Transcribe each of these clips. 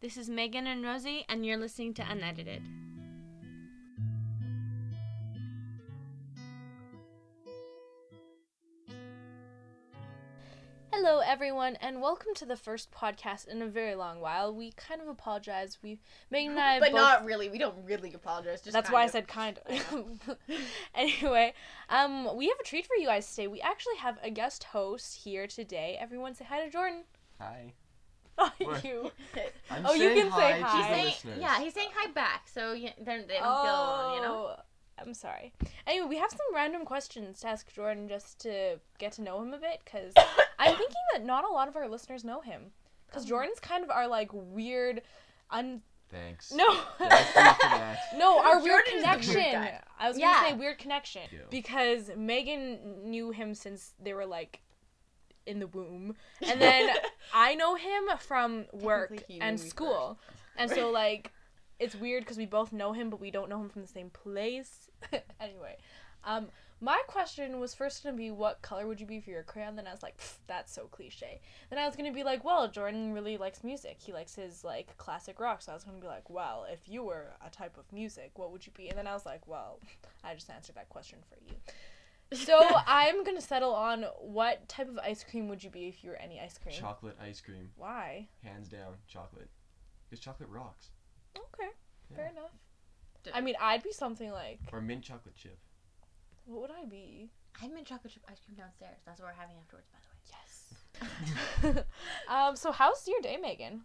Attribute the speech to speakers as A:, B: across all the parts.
A: This is Megan and Rosie, and you're listening to Unedited. Hello, everyone, and welcome to the first podcast in a very long while. We kind of apologize. We Megan and I,
B: but
A: both,
B: not really. We don't really apologize. Just
A: That's
B: kind
A: why I
B: of.
A: said kind of. anyway, um, we have a treat for you guys today. We actually have a guest host here today. Everyone, say hi to Jordan.
C: Hi.
A: Oh,
C: What?
A: you.
C: I'm
A: Oh, you
C: saying
A: can say
C: to
A: hi.
C: the
B: He's saying,
C: listeners.
B: yeah, he's saying hi back, so yeah, they're, they don't feel alone, you know.
A: Oh, I'm sorry. Anyway, we have some random questions to ask Jordan just to get to know him a bit because I'm thinking that not a lot of our listeners know him because Jordan's kind of our like weird, un
C: Thanks.
A: no
C: Thank you for that.
A: no our weird
B: Jordan is the weird
A: connection.
B: guy.
A: I was
B: Yeah.
A: gonna say weird connection
C: Yeah.
A: because Megan knew him since they were like in the womb, and then I know him from work
B: Technically, he
A: and
B: knew me
A: school, and so like it's weird because we both know him, but we don't know him from the same place. anyway, um, my question was first gonna be what color would you be for your crayon? Then I was like, "Pff, that's so cliche. Then I was gonna be like, well, Jordan really likes music. He likes his like classic rock. So I was gonna be like, well, if you were a type of music, what would you be? And then I was like, well, I just answered that question for you. So I'm gonna settle on what type of ice cream would you be if you were any ice cream?
C: Chocolate ice cream,
A: Why?
C: hands down, chocolate. Because chocolate rocks.
A: Okay, fair
C: Yeah.
A: enough. I mean, I'd be something like.
C: Or mint chocolate chip.
A: What would I be?
B: I had mint chocolate chip ice cream downstairs. That's what we're having afterwards, by the
A: Yes. um. So how's your day, Megan?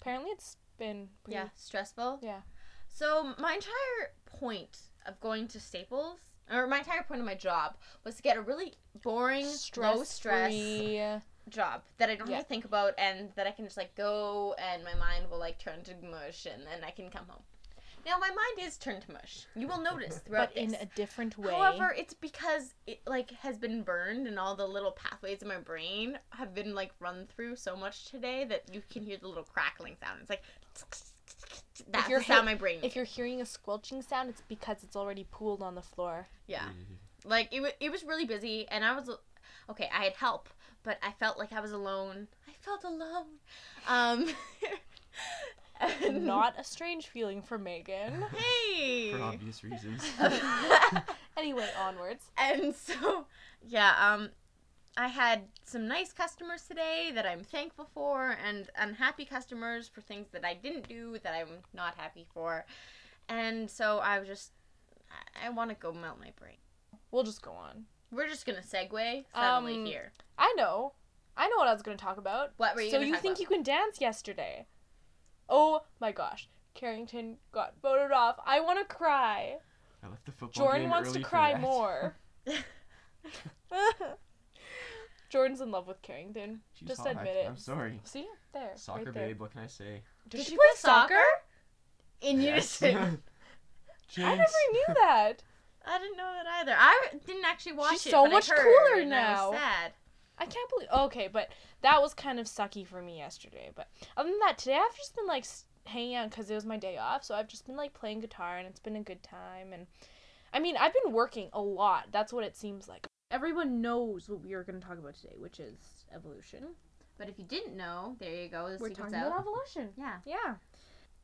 A: Apparently, it's been.
B: way. Yeah, stressful.
A: Yeah.
B: So my entire point of going to Staples, or my entire point of my job, was to get a really boring, no stress
A: stress.
B: job that I don't
A: Yeah.
B: have to think about, and that I can just like go, and my mind will like turn to mush, and then I can come home. Now my mind is turned to mush. You will notice throughout
A: But in
B: this.
A: a different way.
B: However, it's because it like has been burned and all the little pathways in my brain have been like run through so much today that you can hear the little crackling sound. It's like that's
A: you're
B: the sound
A: hit-
B: my brain.
A: if you're hearing a squelching sound, it's because it's already pooled on the floor.
B: yeah, like it, wa it was really busy and I was okay. I had help, but I felt like I was alone. I felt alone. Um, and-
A: Not a strange feeling for Megan.
B: hey.
C: For obvious reasons.
A: Anyway, onwards.
B: and so yeah um i had some nice customers today that i'm thankful for and unhappy customers for things that i didn't do that i'm not happy for and so i was just i, I want to go melt my brain
A: We'll just go on.
B: we're just gonna segue suddenly
A: Um,
B: here
A: I know. I know what I was going to talk about.
B: What were you
A: So
B: gonna
A: you
B: talk
A: think
B: about?
A: you can dance yesterday? Oh my gosh. Carrington got voted off. I want to cry.
C: I left the football
A: Jordan
C: game
A: wants to
C: early for
A: cry
C: that.
A: more. Jordan's in love with Carrington.
C: She's
A: Just
C: hot.
A: admit it.
C: I'm sorry.
A: See there.
C: Soccer
A: right there.
C: babe, what can I say?
A: Does she play soccer?
B: in
C: Yes.
B: unison
A: I
C: Jinx.
A: never knew that.
B: i didn't know that either i didn't actually watch
A: She's
B: it
A: so
B: but I
A: much
B: heard,
A: cooler
B: and I
A: now.
B: was sad
A: I can't believe. Okay, but that was kind of sucky for me yesterday. But other than that, today I've just been like s- hanging out because it was my day off. So I've just been like playing guitar and it's been a good time. And I mean, I've been working a lot. That's what it seems like. Everyone knows what we are going to talk about today, which is evolution.
B: but if you didn't know there you go the
A: We're
B: secret's
A: talking
B: out
A: about evolution.
B: yeah
A: Yeah.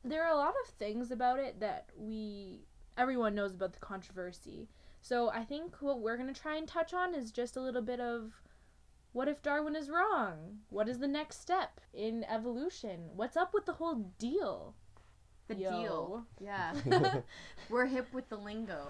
A: There are a lot of things about it that we everyone knows about the controversy. So I think what we're going to try and touch on is just a little bit of what if Darwin is wrong? What is the next step in evolution? What's up with the whole deal?
B: the
A: Yo.
B: deal yeah We're hip with the lingo.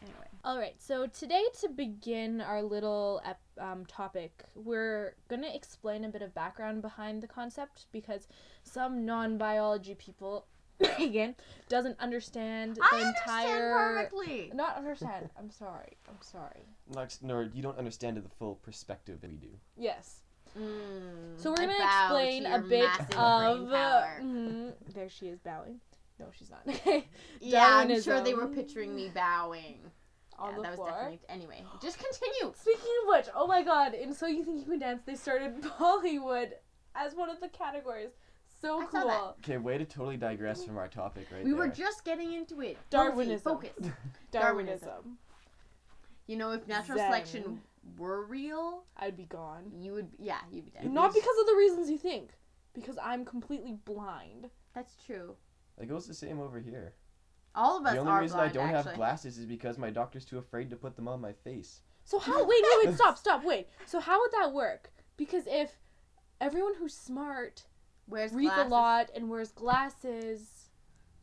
B: Anyway.
A: All right, so today to begin our little ep- um, topic, we're going to explain a bit of background behind the concept because some non-biology people again doesn't understand the entire
B: perfectly.
A: not understand. I'm sorry. I'm sorry.
C: Not, no, you don't understand the full perspective that we do.
A: Yes.
B: Mm,
A: So we're
B: I
A: gonna
B: bow to
A: explain a
B: your
A: bit
B: massive
A: of.
B: brain power.
A: mhm, there she is bowing. No, she's not. Okay.
B: Yeah, I'm sure they
A: Darwinism
B: were picturing me bowing.
A: On
B: yeah,
A: the
B: that
A: floor.
B: was definitely. Anyway, just continue.
A: Speaking of which, oh my god! And so you think you can dance? They started Bollywood as one of the categories. So
B: I
A: cool.
B: saw that.
C: Okay, way to totally
A: Mm.
C: digress from our topic right
B: We
C: there.
B: were just getting into it.
A: Darwinism.
B: Focus. focus.
A: Darwinism.
B: You know, if natural
A: Zen.
B: selection were real,
A: I'd be gone.
B: you would. Yeah, you'd be dead.
C: It
A: Not
C: is-
A: because of the reasons you think, because I'm completely blind.
B: That's true.
C: It goes the same over here.
B: All of us
C: the only
B: are
C: reason
B: blind,
C: I don't
B: actually.
C: have glasses is because my doctor's too afraid to put them on my face.
A: So how? Wait, wait, wait, stop, stop, wait. So how would that work? Because if everyone who's smart
B: Wears
A: reads
B: glasses.
A: a lot and wears glasses,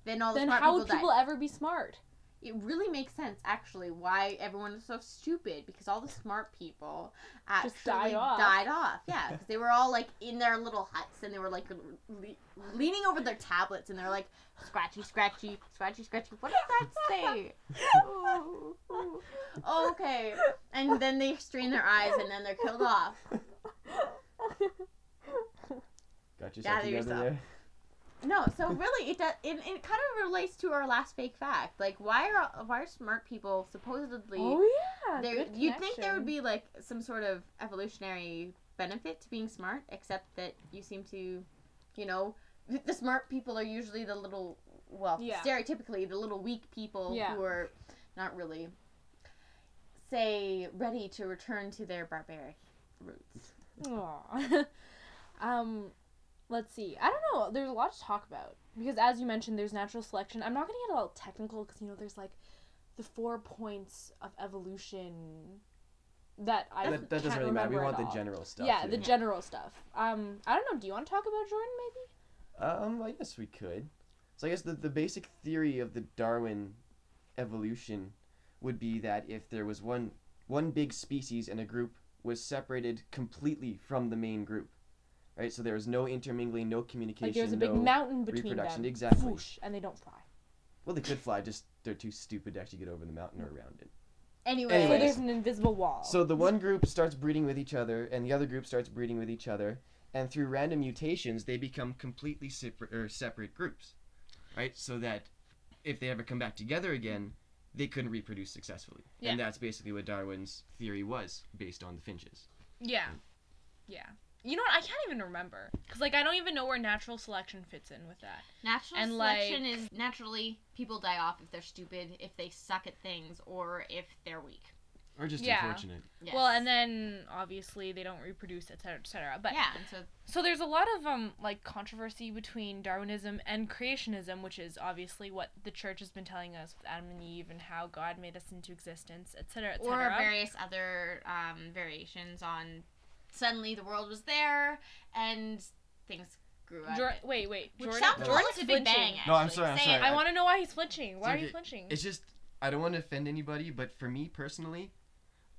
B: Then all the
A: then
B: smart
A: how
B: people,
A: would people
B: die.
A: ever be smart?
B: It really makes sense, actually, why everyone is so stupid because all the smart people actually
A: Just died off.
B: died off. Yeah, because they were all like in their little huts and they were like le- leaning over their tablets and they're like scratchy, scratchy, scratchy, scratchy. What does that say? Ooh,
A: Oh,
B: ooh. okay, and then they strain their eyes and then they're killed off.
C: Got yourself
B: Gather
C: together
B: yourself.
C: there.
B: No, so really, it does. It, it kind of relates to our last fake fact. Like, why are why are smart people supposedly?
A: oh yeah,
B: there,
A: good
B: you'd think there would
A: connection.
B: be like some sort of evolutionary benefit to being smart, except that you seem to, you know, th- the smart people are usually the little, well,
A: Yeah.
B: stereotypically the little weak people
A: Yeah.
B: who are not really, say, ready to return to their barbaric roots.
A: Aw. um, let's see. I don't know. There's a lot to talk about because, as you mentioned, there's natural selection. I'm not gonna get all technical because you know there's like the four points of evolution that I
C: That, that doesn't
A: can't
C: really matter. We
A: remember
C: want
A: at
C: the
A: all.
C: general stuff.
A: yeah,
C: here.
A: the general stuff. Um, I don't know. Do you want to talk about Jordan? Maybe.
C: Um, I guess we could. So I guess the, the basic theory of the Darwin evolution would be that if there was one one big species and a group was separated completely from the main group, right? So there was no intermingling, no communication.
A: Like there's a big
C: no-
A: mountain between
C: reproduction,
A: them.
C: exactly.
A: Whoosh, and they don't fly.
C: Well, they could fly, just they're too stupid to actually get over the mountain or around it.
B: Anyway,
A: So
C: Anyways.
A: there's an invisible wall.
C: So the one group starts breeding with each other, and the other group starts breeding with each other, and through random mutations, they become completely separate or separate groups, right? So that if they ever come back together again, they couldn't reproduce successfully,
A: Yeah.
C: and that's basically what Darwin's theory was, based on the finches.
A: Yeah. Yeah. You know what? I can't even remember. Because, like, I don't even know where natural selection fits in with that.
B: Natural
A: And,
B: selection
A: like-
B: is naturally people die off if they're stupid, if they suck at things, or if they're weak.
C: Or just
A: Yeah.
C: unfortunate.
B: Yes.
A: Well, and then obviously they don't reproduce, et cetera, et cetera. But
B: yeah, and so
A: so there's a lot of um like controversy between Darwinism and creationism, which is obviously what the church has been telling us with Adam and Eve and how God made us into existence, et cetera, et
B: or
A: cetera.
B: various other um, variations on suddenly the world was there and things grew up.
A: Jor- wait, wait,
B: which
A: Jordan.
B: sounds
A: Jordan's
B: close to Big Bang.
A: flinching.
C: No, I'm
B: actually.
C: sorry, I'm
B: Say
C: sorry.
B: it.
A: I want to know why he's flinching. Why are you
C: okay.
A: flinching?
C: It's just I don't want to offend anybody, but for me personally,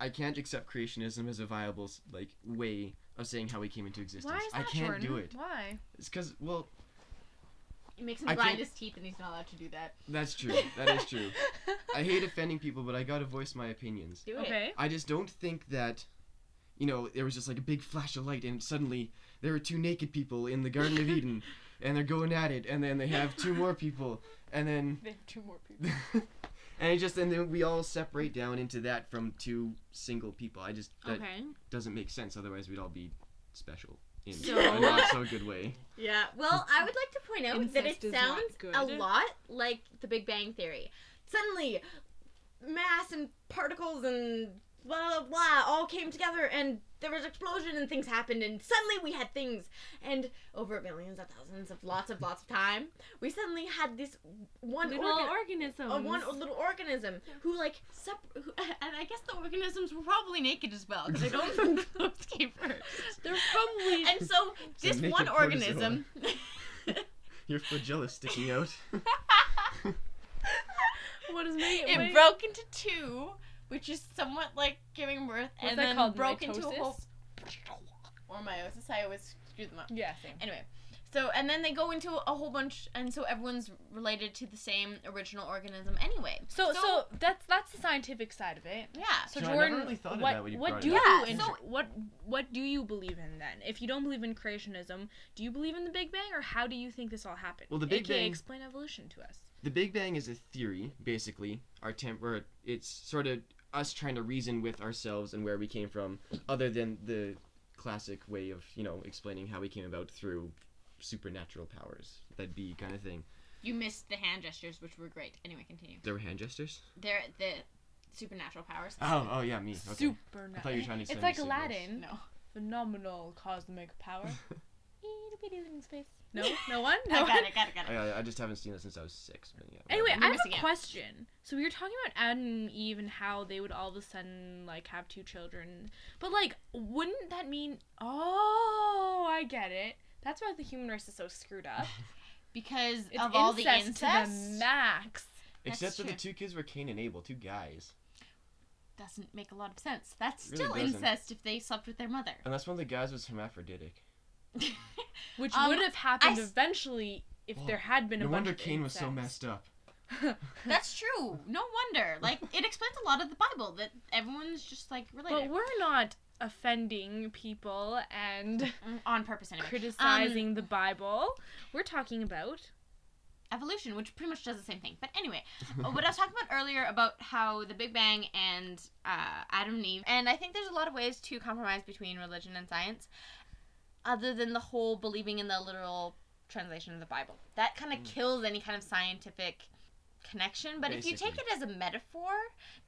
C: I can't accept creationism as a viable s- like way of saying how we came into existence.
A: Why is that,
C: I can't
A: Jordan?
C: do it.
A: Why?
C: It's because well,
B: It makes him
C: I
B: grind
C: can't-
B: his teeth and he's not allowed to do that.
C: that's true. That is true. I hate offending people, but I gotta voice my opinions.
B: do it.
A: Okay.
C: I just don't think that, you know, there was just like a big flash of light and suddenly there were two naked people in the Garden of Eden and they're going at it and then they have two more people and then.
A: They have two more people.
C: and it just and then we all separate down into that from two single people. I just that
B: Okay.
C: doesn't make sense. Otherwise, we'd all be special in
B: So-
C: a not so good way.
B: Yeah. Well, I would like to point out that
A: Incest
B: it
A: is not
B: sounds
A: good.
B: a lot like the Big Bang Theory. Suddenly, mass and particles and blah blah blah all came together and there was explosion and things happened and suddenly we had things and over millions of thousands of lots of lots of time we suddenly had this one
A: Little
B: organ-
A: organisms.
B: a one little organism who like sep- who, and I guess the organisms were probably naked as well because I don't think the clothes came first.
A: They're probably
B: And so
C: a
B: this
C: naked
B: one
C: protozoa.
B: organism,
C: Your flagella sticking out.
A: what is made.
B: it
A: wait.
B: broke into two, which is somewhat like giving birth,
A: What's
B: and
A: that
B: then
A: called?
B: broke into a
A: Mitosis?
B: whole or meiosis. I always screw them up.
A: Yeah, same.
B: Anyway, so and then they go into a whole bunch, and so everyone's related to the same original organism anyway.
A: So, so,
B: So-
A: that's that's the scientific side of it.
B: Yeah.
A: So
C: Sure, I never
A: Jordan,
C: really thought of
A: what
C: that when you
A: what
C: brought
A: do
C: it
A: you
B: up. Yeah,
A: in-
B: so-
A: what what do you believe in then? If you don't believe in creationism, do you believe in the Big Bang, or how do you think this all happened?
C: Well, the Big
A: AKA
C: Bang-
A: explain evolution to us.
C: the Big Bang is a theory, basically. Our temp, or it's sort of us trying to reason with ourselves and where we came from, other than the classic way of you know explaining how we came about through supernatural powers. That'd be kind of thing.
B: You missed the hand gestures, which were great. Anyway, continue.
C: There were hand gestures.
B: They're the supernatural powers.
C: Oh, oh yeah, me. Okay.
A: Supernatural.
C: I thought you were trying to
A: It's
C: send
A: like
C: me signals.
A: Aladdin.
B: No.
A: Phenomenal cosmic power. Eat
B: video in space?
A: No, no one. No
B: I got
A: one?
B: it, got it, got
C: I,
B: it.
C: I- I just haven't seen it since I was six. But yeah.
A: Anyway,
B: You're
A: I have
B: missing
A: a
B: out.
A: question. So we were talking about Adam and Eve and how they would all of a sudden like have two children, but like, wouldn't that mean? Oh, I get it. That's why the human race is so screwed up.
B: Because
A: It's
B: of all the
A: incest
B: incest,
A: to the max.
B: That's
C: except that the
B: true.
C: two kids were Cain and Abel, two guys.
B: doesn't make a lot of sense. That's
C: Really
B: still
C: doesn't.
B: incest if they slept with their mother.
C: Unless one of the guys was hermaphroditic.
A: Which
B: Um,
A: would have happened
B: I s-
A: eventually if
C: Well,
A: there had been a
C: No
A: bunch
C: wonder
A: of
C: Cain was so
A: incest.
C: messed up.
B: That's true. No wonder. Like it explains a lot of the Bible that everyone's just like
A: But
B: related
A: we're not offending people and
B: Mm, on purpose anyway.
A: criticizing the Bible. We're talking about
B: evolution, which pretty much does the same thing. But anyway, uh, what I was talking about earlier about how the Big Bang and uh, Adam and Eve, and I think there's a lot of ways to compromise between religion and science, other than the whole believing in the literal translation of the Bible. That kind of
C: Mm.
B: kills any kind of scientific connection. But if you take
C: Basically.
B: it as a metaphor,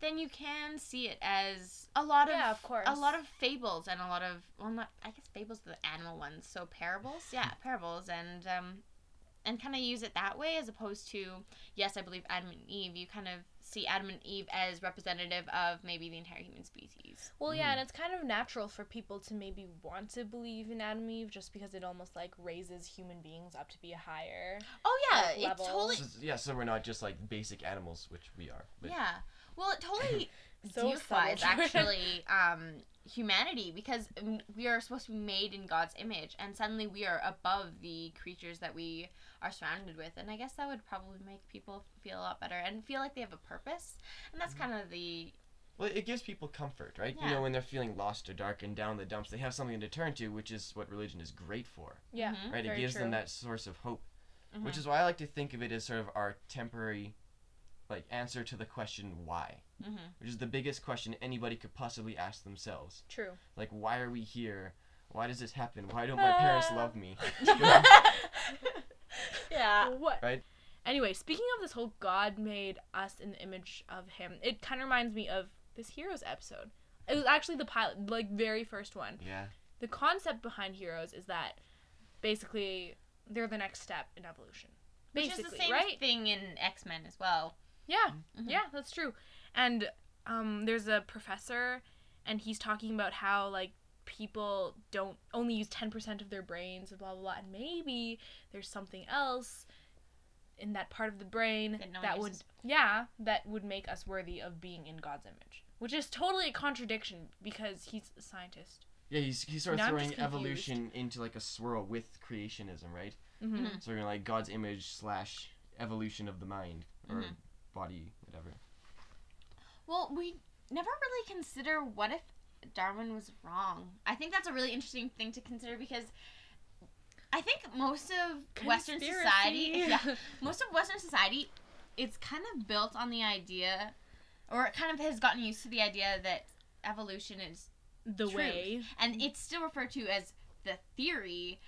B: then you can see it as a lot of
D: Yeah, of course.
B: a lot of fables and a lot of well, not I guess fables are the animal ones. So parables, yeah, parables and um, and kind of use it that way as opposed to yes i believe adam and eve you kind of see adam and eve as representative of maybe the entire human species
D: Well,
A: Mm.
D: yeah, and it's kind of natural for people to maybe want to believe in Adam and Eve just because it almost like raises human beings up to be a higher.
B: oh
D: Like
B: yeah it
D: levels.
B: totally
C: So- yeah, so we're not just like basic animals, which we are. But
B: yeah well it totally
D: So
B: deifies
D: subtle.
B: actually um humanity because mm, we are supposed to be made in god's image and suddenly we are above the creatures that we are surrounded with and i guess that would probably make people feel a lot better and feel like they have a purpose and that's
C: Mm-hmm.
B: kind of the
C: Well, it gives people comfort, right? You
B: Yeah.
C: know, when they're feeling lost or dark and down the dumps, they have something to turn to, which is what religion is great for,
D: Yeah.
A: Mm-hmm. Mm,
B: Mhm.
C: right?
D: Very
C: it gives them
D: true.
C: that source of hope,
B: Mhm.
C: which is why I like to think of it as sort of our temporary, like, answer to the question why,
B: Mhm.
C: which is the biggest question anybody could possibly ask themselves.
D: True.
C: Like, why are we here? Why does this happen? Why don't my parents
A: Uh.
D: Ah.
C: love me?
B: mm-hmm. yeah.
A: Uh, what
C: Right.
A: anyway speaking of this whole god made us in the image of him it kind of reminds me of this heroes episode it was actually the pilot like very first one
C: Yeah.
A: the concept behind heroes is that basically they're the next step in evolution basically
B: Which is the same
A: right
B: thing in X Men as well.
A: yeah
B: Mhm.
A: yeah that's true and um there's a professor and he's talking about how like people don't only use 10% of their brains and blah blah blah and maybe there's something else in that part of the brain
B: That
A: that,
B: no one
A: would
B: uses.
A: yeah that would make us worthy of being in god's image which is totally a contradiction because he's a scientist
C: Yeah, he's, he's sort of
A: Now I'm just
C: throwing
A: confused.
C: evolution into like a swirl with creationism, right?
A: mm-hmm.
B: Mhm.
C: So we're gonna like God's image slash evolution of the mind or
A: Mm-hmm.
B: Mhm.
C: body, whatever.
B: Well, we never really consider what if Darwin was wrong. I think that's a really interesting thing to consider because I think most of Western society,
A: Mm-hmm. Conspiracy.
B: yeah, most of Western society, it's kind of built on the idea, or it kind of has gotten used to the idea that evolution is
A: the
B: Truth.
A: way
B: and it's still referred to as the theory,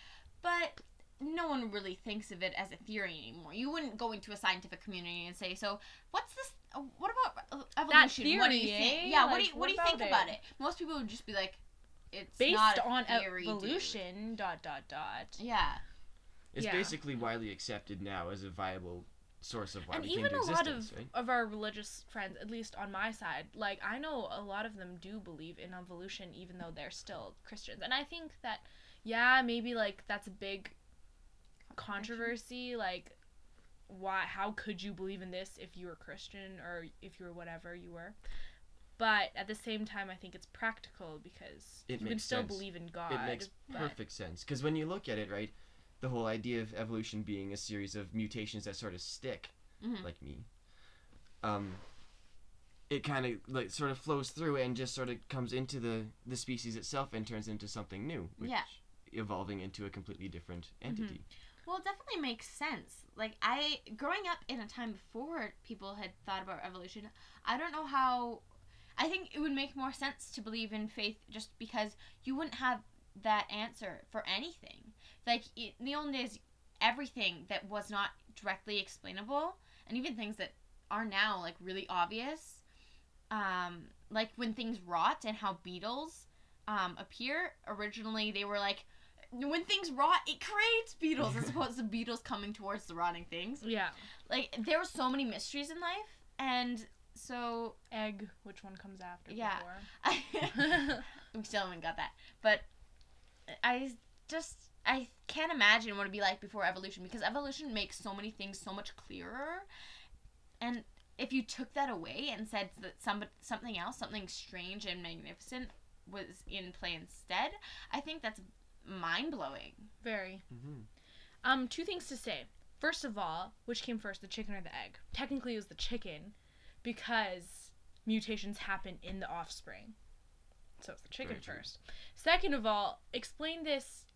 B: but no one really thinks of it as a theory anymore. You wouldn't go into a scientific community and say, "So, what's this? uh, What about uh, evolution? what do you
A: theory,
B: think?
A: eh?
B: Yeah, what
A: Like,
B: do you what,
A: what
B: do you
A: about
B: think
A: it?"
B: about it? Most people would just be like, "It's
A: based
B: not a
A: on
B: theory, dude."
A: evolution dot dot dot
B: Yeah,
C: It's
A: Yeah.
C: basically widely accepted now as a viable source of why
A: and
C: we came
A: even
C: to
A: a lot
C: existence,
A: of
C: right?
A: of our religious friends at least on my side like i know a lot of them do believe in evolution even though they're still christians and i think that yeah maybe like that's a big controversy like why how could you believe in this if you were christian or if you were whatever you were but at the same time i think it's practical because
C: It
A: you can
C: makes
A: still
C: sense.
A: believe in god
C: It makes
A: but-
C: perfect sense because when you look at it, right, the whole idea of evolution being a series of mutations that sort of stick,
A: Mm-hmm.
B: Mhm.
C: like me, um, it kind of like sort of flows through and just sort of comes into the the species itself and turns into something new, which
B: Yeah.
C: evolving into a completely different
A: Mm-hmm.
C: entity.
B: Well, it definitely makes sense. Like I growing up in a time before people had thought about evolution, I don't know how I think it would make more sense to believe in faith just because you wouldn't have that answer for anything. Like i in the old days everything that was not directly explainable and even things that are now like really obvious um like when things rot and how beetles um appear originally they were like when things rot, it creates beetles as opposed to beetles coming towards the rotting things.
A: Yeah.
B: Like there were so many mysteries in life, and so
A: Egg, which one comes after
B: Yeah.
A: before?
B: we still haven't got that. But I just I can't imagine what it'd be like before evolution because evolution makes so many things so much clearer. And if you took that away and said that some something else, something strange and magnificent was in play instead, I think that's mind blowing.
A: Very.
C: Mhm.
A: Um, two things to say. First of all, which came first, the chicken or the egg? Technically, it was the chicken, because mutations happen in the offspring. So it's the chicken
C: Very true.
A: first. Second of all, explain this.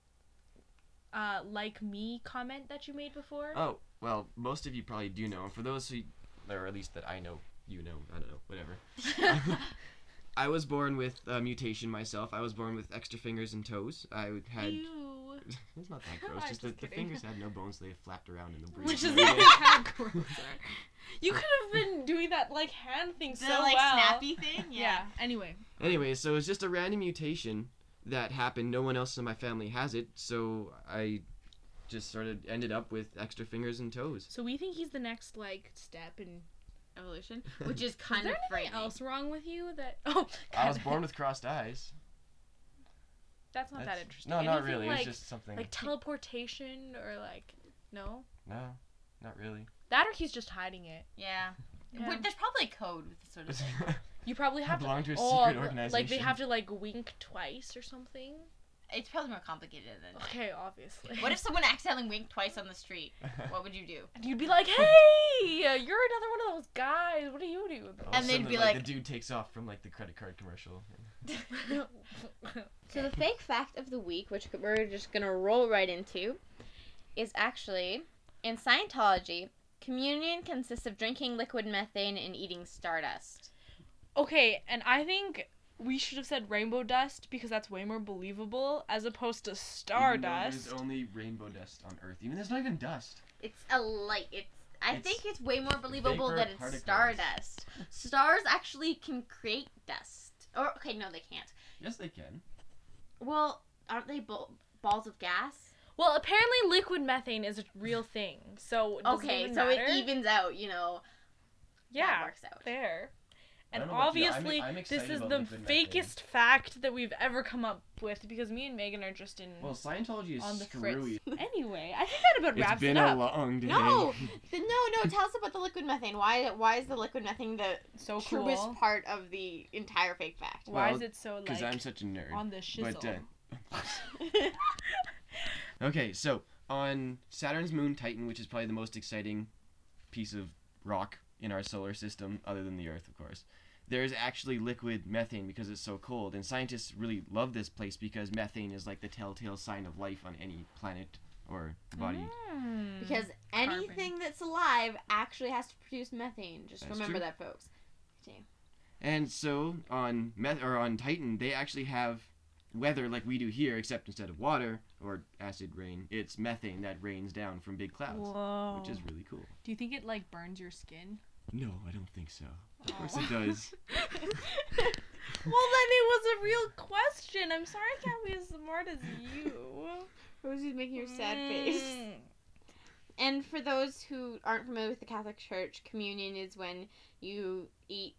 A: Uh, like me comment that you made before.
C: Oh, well, most of you probably do know. And for those who, or at least that I know, you know, I don't know, whatever. I was born with a mutation myself. I was born with extra fingers and toes. I would- had.
A: Ew.
C: It's not that
A: I
C: gross.
A: was
C: Just, that
A: just
C: the
A: kidding.
C: fingers had no bones. They flapped around in the breeze.
A: Which is
C: and everything.
A: kind of grosser. You could have been doing that like hand thing
B: The
A: so
B: like
A: well.
B: snappy thing,
A: Yeah. Anyway.
C: Anyway, so it's just a random mutation that happened. No one else in my family has it, so I just sort of ended up with extra fingers and toes.
A: So we think he's the next like step. And
B: evolution, which is
A: is
B: kind
A: there
B: of
A: anything
B: frightening.
A: else wrong with you that? Oh,
C: I was
A: God.
C: born with crossed eyes.
A: That's not
C: That's-
A: that interesting.
C: No, not
A: Anything
C: really.
A: Like,
C: it's just something.
A: like teleportation or like no.
C: no, not really.
A: That or he's just hiding it.
B: Yeah.
A: Yeah.
B: Well, there's probably code with this sort of thing.
A: You probably
C: I
A: have
C: belong to a
A: oh,
C: secret
A: Like they
C: organization.
A: have to like wink twice or something.
B: It's probably more complicated than.
A: Okay, obviously.
B: What if someone accidentally winked twice on the street? What would you do?
A: you'd be like, "Hey, uh, you're another one of those guys. What do you
C: All
A: do?"
C: of a
B: And they'd
C: sudden,
B: be like-
C: the dude takes off from like the credit card commercial.
B: So the fake fact of the week, which we're just gonna roll right into, is actually in Scientology, communion consists of drinking liquid methane and eating stardust.
A: okay, and I think we should have said rainbow dust because that's way more believable as opposed to stardust.
C: There's only rainbow dust on Earth. Even there's not even dust.
B: It's a light. It's I
C: It's
B: think it's way more believable
C: vapor
B: that it's
C: particles.
B: stardust. Stars actually can create dust. Or okay, no, they can't.
C: Yes, they can.
B: Well, aren't they ball balls of gas?
A: Well, apparently liquid methane is a real thing. So does it
B: Okay,
A: even
B: so
A: matter?
B: it evens out. You know, that
A: yeah.
B: works out.
A: there.
C: I
A: And
C: don't know about you, I'm-
A: obviously,
C: I'm
A: this
C: excited
A: is
C: about
A: the
C: liquid methane.
A: fakest fact that we've ever come up with because me and Megan are just in
C: Well, Scientology is
A: Mm. on the
C: screwy.
A: fritz. anyway, I think that about wraps it up.
C: long day.
B: No, the, no, no. Tell us about the liquid methane. Why? Why is the liquid methane the
A: so
B: truest
A: cool.
B: part of the entire fake fact?
A: Why
C: Well,
A: is it so
C: Because
A: like
C: I'm such a nerd.
A: on the shizzle?
C: But uh, okay, so on Saturn's moon Titan, which is probably the most exciting piece of rock in our solar system, other than the Earth, of course. There is actually liquid methane because it's so cold, and scientists really love this place because methane is like the telltale sign of life on any planet or body.
A: Mm.
B: Because anything that's alive actually has to produce methane. Just
C: That's
B: remember
C: true.
B: that, folks.
C: And so on meth or on Titan, they actually have weather like we do here, except instead of water or acid rain, it's methane that rains down from big clouds,
A: Whoa.
C: which is really cool.
A: Do you think it like burns your skin?
C: No, I don't think so.
B: Oh.
C: Of course it does.
A: Well, then it was a real question. I'm sorry I can't be as smart as you. Hmm.
B: Rosie's making her sad face. And for those who aren't familiar with the Catholic Church, communion is when you eat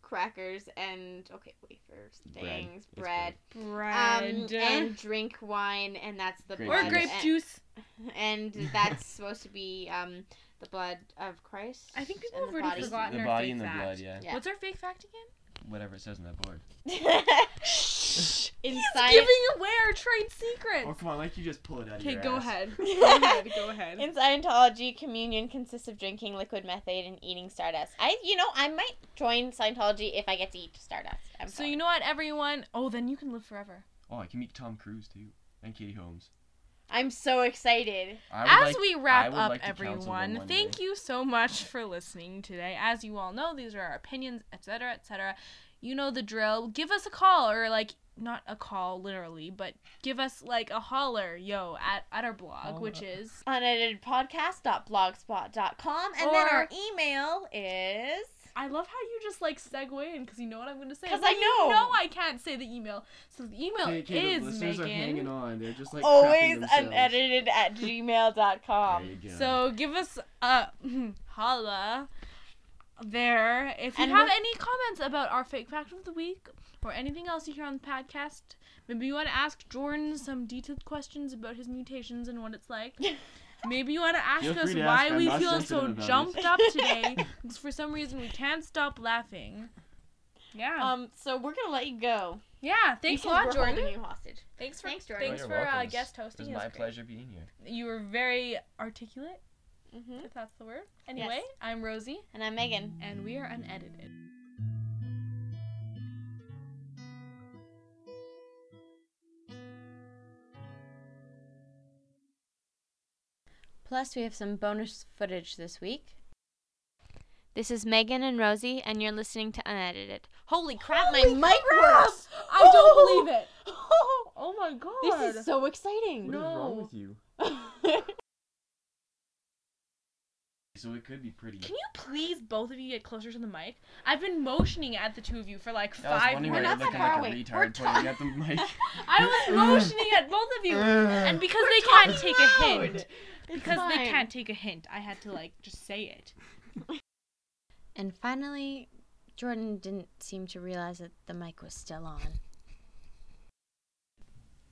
B: crackers and okay, wafers,
C: Bread.
B: things,
C: It's
B: bread,
A: Bread.
B: Um, and drink wine, and that's the
C: Grape
A: or
B: blood
A: uh, grape
B: and-
A: juice.
B: and that's supposed to be um, the blood of Christ.
A: I think people
B: and
A: have
B: the
A: already
B: body-
A: forgotten.
C: the
A: our
C: body
A: fake
C: and the
A: fact.
C: blood, yeah.
B: Yeah.
A: What's our fake fact again?
C: Whatever it says on that board.
B: In
A: He's
B: science,
A: giving away our trade
C: Oh,
A: secrets.
C: come on, like you just pull it out of
A: Okay,
C: your
A: go
C: ass.
A: ahead. Go ahead. Go ahead.
B: in Scientology, communion consists of drinking liquid methane and eating stardust. I, you know, I might join Scientology if I get to eat stardust. I'm
A: so you know what, everyone? Oh, then you can live forever.
C: Oh, I can meet Tom Cruise too. And Katie Holmes.
B: I'm so excited.
C: I would
A: As
C: like-
A: we
C: I
A: wrap
C: would
A: up,
C: like to counsel them
A: everyone,
C: one
A: thank
C: day.
A: you so much for listening today. As you all know, these are our opinions, etc., etc. You know the drill. Give us a call, or like not a call literally, but give us like a holler, yo, at at our blog, which
C: Holler.
A: is
B: Uneditedpodcast.blogspot.com, and then
A: Or-
B: our email is
A: I love how you just like segue in because you know what I'm going to say.
E: 'Cause
A: But
E: I know.
A: You know I can't say the email. So the email
C: Okay, the
A: is
C: listeners are hanging
A: Megan.
C: on. They're just like
B: Always
C: prepping themselves.
B: unedited at
C: There
B: gmail.com.
C: you go.
A: So give us a holla there. If you
B: And
A: have
B: we'll-
A: any comments about our fake fact of the week or anything else you hear on the podcast, maybe you want to ask Jordan some detailed questions about his mutations and what it's like. Maybe you want to ask
C: Feel
A: us
C: free to
A: why
C: ask. I'm
A: we
C: not
A: feel
C: sensitive
A: so
C: about it.
A: jumped up today because for some reason we can't stop laughing. Yeah.
B: Um, so we're gonna let you go.
A: yeah. Thanks a
B: because
A: lot,
B: we're
A: Jordan.
B: holding you hostage.
A: Thanks for
B: Thanks, Jordan.
A: thanks
C: Oh,
A: for
C: you're
A: uh,
C: welcome.
A: guest
C: It was
A: hosting. It was
C: my
A: great.
C: pleasure being here.
A: You were very articulate,
B: Mm-hmm.
A: if that's the word. Anyway, I'm Rosie,
B: And I'm Megan.
A: and we are unedited.
B: Plus, we have some bonus footage this week. This is Megan and Rosie, and you're listening to Unedited. Holy crap,
A: Holy
B: my mic
A: crap!
B: works!
A: I
B: Oh!
A: don't believe it. Oh my god.
B: This is so exciting!
C: What is wrong
A: No.
C: with you? So it could be pretty.
A: Can you please both of you get closer to the mic? I've been motioning at the two of you for like
C: I was
A: five
C: wondering
B: we're
A: minutes.
C: why you're
B: not that
C: looking
B: far
C: like a
B: away.
C: retard
B: We're
C: pointing at the mic.
A: I was motioning at both of you. And because they can't take a hint. Because they
B: fine.
A: can't take a hint, I had to like just say it.
B: And finally, Jordan didn't seem to realize that the mic was still on.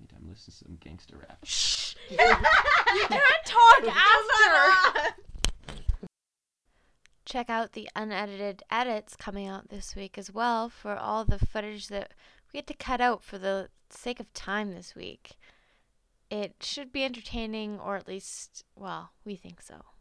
C: Anytime I listen to some gangster rap.
A: Shh. You can't talk after.
B: Check out the unedited edits coming out this week as well for all the footage that we had to cut out for the sake of time this week. It should be entertaining, or at least, well, we think so.